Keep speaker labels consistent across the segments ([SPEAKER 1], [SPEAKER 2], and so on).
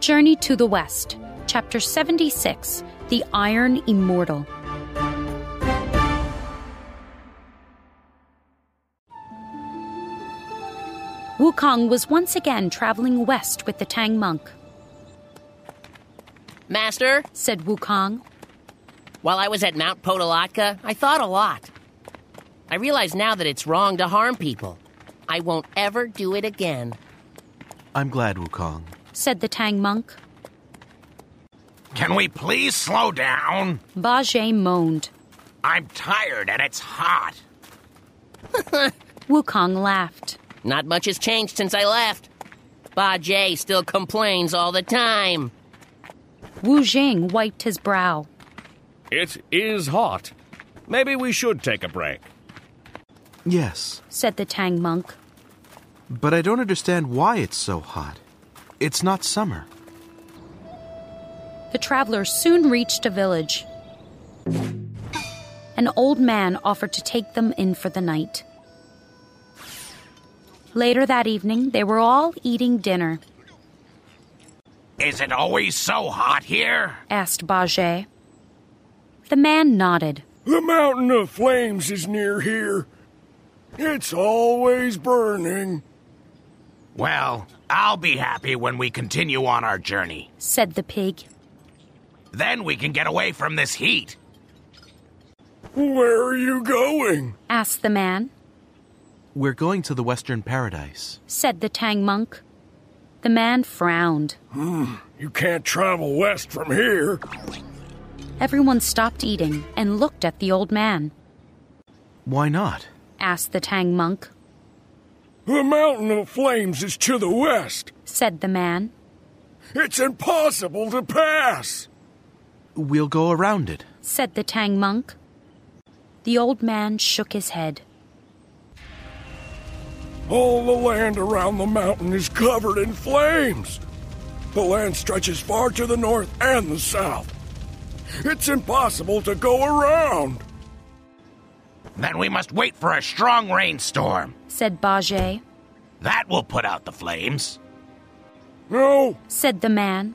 [SPEAKER 1] Journey to the West, Chapter 76 The Iron Immortal. Wukong was once again traveling west with the Tang monk.
[SPEAKER 2] Master,
[SPEAKER 1] Said Wukong,
[SPEAKER 2] while I was at Mount Podolatka, I thought a lot. I realize now that it's wrong to harm people. I won't ever do it again.
[SPEAKER 3] I'm glad, Wukong.
[SPEAKER 1] said the Tang monk.
[SPEAKER 4] Can we please slow down?
[SPEAKER 1] Ba Zhe moaned.
[SPEAKER 4] I'm tired and it's hot.
[SPEAKER 1] Wukong laughed.
[SPEAKER 2] Not much has changed since I left. Ba Jay still complains all the time.
[SPEAKER 1] Wu Jing wiped his brow.
[SPEAKER 5] It is hot. Maybe we should take a break.
[SPEAKER 3] Yes,
[SPEAKER 1] said the Tang monk.
[SPEAKER 3] but I don't understand why it's so hot. It's not summer.
[SPEAKER 1] The travelers soon reached a village. An old man offered to take them in for the night. Later that evening, they were all eating dinner,
[SPEAKER 4] Is it always so hot here?
[SPEAKER 1] asked Baget. The man nodded.
[SPEAKER 6] The mountain of flames is near here. It's always burning.
[SPEAKER 4] Well, I'll be happy when we continue on our journey.
[SPEAKER 1] Said the pig,
[SPEAKER 4] Then we can get away from this heat.
[SPEAKER 6] Where are you going?
[SPEAKER 1] asked the man,
[SPEAKER 3] We're going to the Western Paradise.
[SPEAKER 1] said the Tang monk. The man frowned.
[SPEAKER 6] You can't travel west from here.
[SPEAKER 1] Everyone stopped eating and looked at the old man,
[SPEAKER 3] Why not?
[SPEAKER 1] asked the Tang monk,
[SPEAKER 6] The mountain of flames is to the west.
[SPEAKER 1] said the man,
[SPEAKER 6] It's impossible to pass.
[SPEAKER 3] We'll go around it.
[SPEAKER 1] said the Tang monk. The old man shook his head.
[SPEAKER 6] All the land around the mountain is covered in flames. The land stretches far to the north and the south. It's impossible to go around.
[SPEAKER 4] Then we must wait for a strong rainstorm.
[SPEAKER 1] said Baget,
[SPEAKER 4] That will put out the flames.
[SPEAKER 6] No,
[SPEAKER 1] said the man,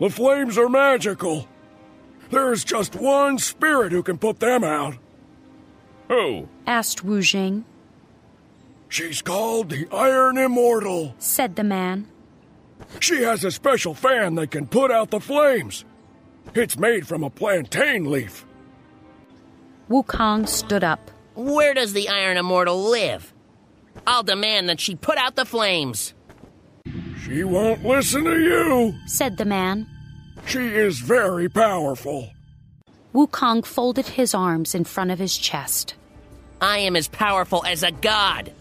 [SPEAKER 6] the flames are magical. There is just one spirit who can put them out.
[SPEAKER 5] Who?
[SPEAKER 1] asked Wu Jing,
[SPEAKER 6] She's called the Iron Immortal.
[SPEAKER 1] said the man,
[SPEAKER 6] She has a special fan that can put out the flames. It's made from a plantain leaf.
[SPEAKER 1] Wukong stood up,
[SPEAKER 2] Where does the Iron Immortal live? I'll demand that she put out the flames.
[SPEAKER 6] She won't listen to you.
[SPEAKER 1] said the man.
[SPEAKER 6] She is very powerful.
[SPEAKER 1] Wukong folded his arms in front of his chest.
[SPEAKER 2] I am as powerful as a god.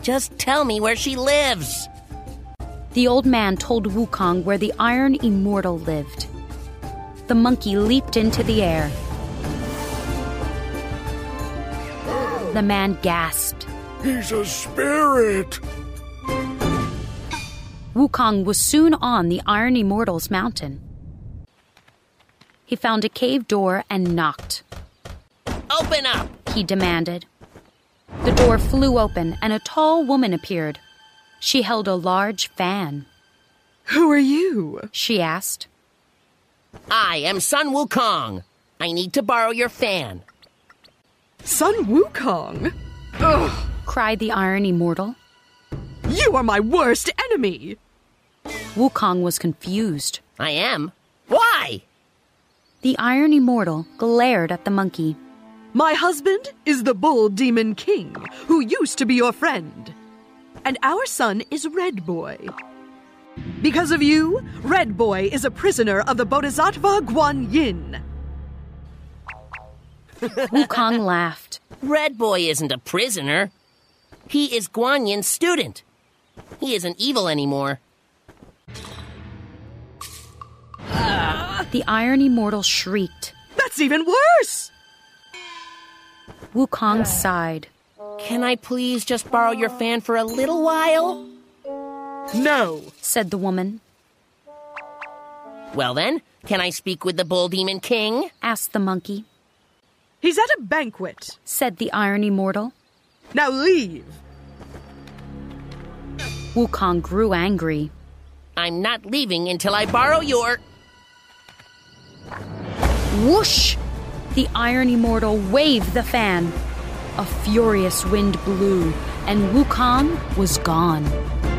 [SPEAKER 2] Just tell me where she lives.
[SPEAKER 1] The old man told Wukong where the Iron Immortal lived. The monkey leaped into the air. The man gasped.
[SPEAKER 6] He's a spirit.
[SPEAKER 1] Wukong was soon on the Iron Immortal's mountain. He found a cave door and knocked.
[SPEAKER 2] Open up.
[SPEAKER 1] he demanded. The door flew open and a tall woman appeared. She held a large fan.
[SPEAKER 7] Who are you?
[SPEAKER 1] She asked,
[SPEAKER 2] I am Sun Wukong. I need to borrow your fan.
[SPEAKER 7] Sun Wukong. Ugh,
[SPEAKER 1] cried the Iron Immortal.
[SPEAKER 7] you are my worst enemy.
[SPEAKER 1] Wukong was confused.
[SPEAKER 2] I am. Why?
[SPEAKER 1] The Iron Immortal glared at the monkey.
[SPEAKER 7] My husband is the bull demon king, who used to be your friend. And our son is Red Boy. Because of you, Red Boy is a prisoner of the Bodhisattva Guan Yin.
[SPEAKER 1] Wukong laughed.
[SPEAKER 2] Red Boy isn't a prisoner. He is Guan Yin's student. He isn't evil anymore.
[SPEAKER 1] The Iron Immortal shrieked.
[SPEAKER 7] That's even worse!
[SPEAKER 1] Wukong sighed.
[SPEAKER 2] Can I please just borrow your fan for a little while?
[SPEAKER 7] No.
[SPEAKER 1] Said the woman,
[SPEAKER 2] Well then, can I speak with the Bull Demon King?
[SPEAKER 1] asked the monkey,
[SPEAKER 7] He's at a banquet.
[SPEAKER 1] said the Iron Immortal.
[SPEAKER 7] Now leave.
[SPEAKER 1] Wukong grew angry.
[SPEAKER 2] I'm not leaving until I borrow your.
[SPEAKER 1] Whoosh! The Iron Immortal waved the fan. A furious wind blew, and Wukong was gone.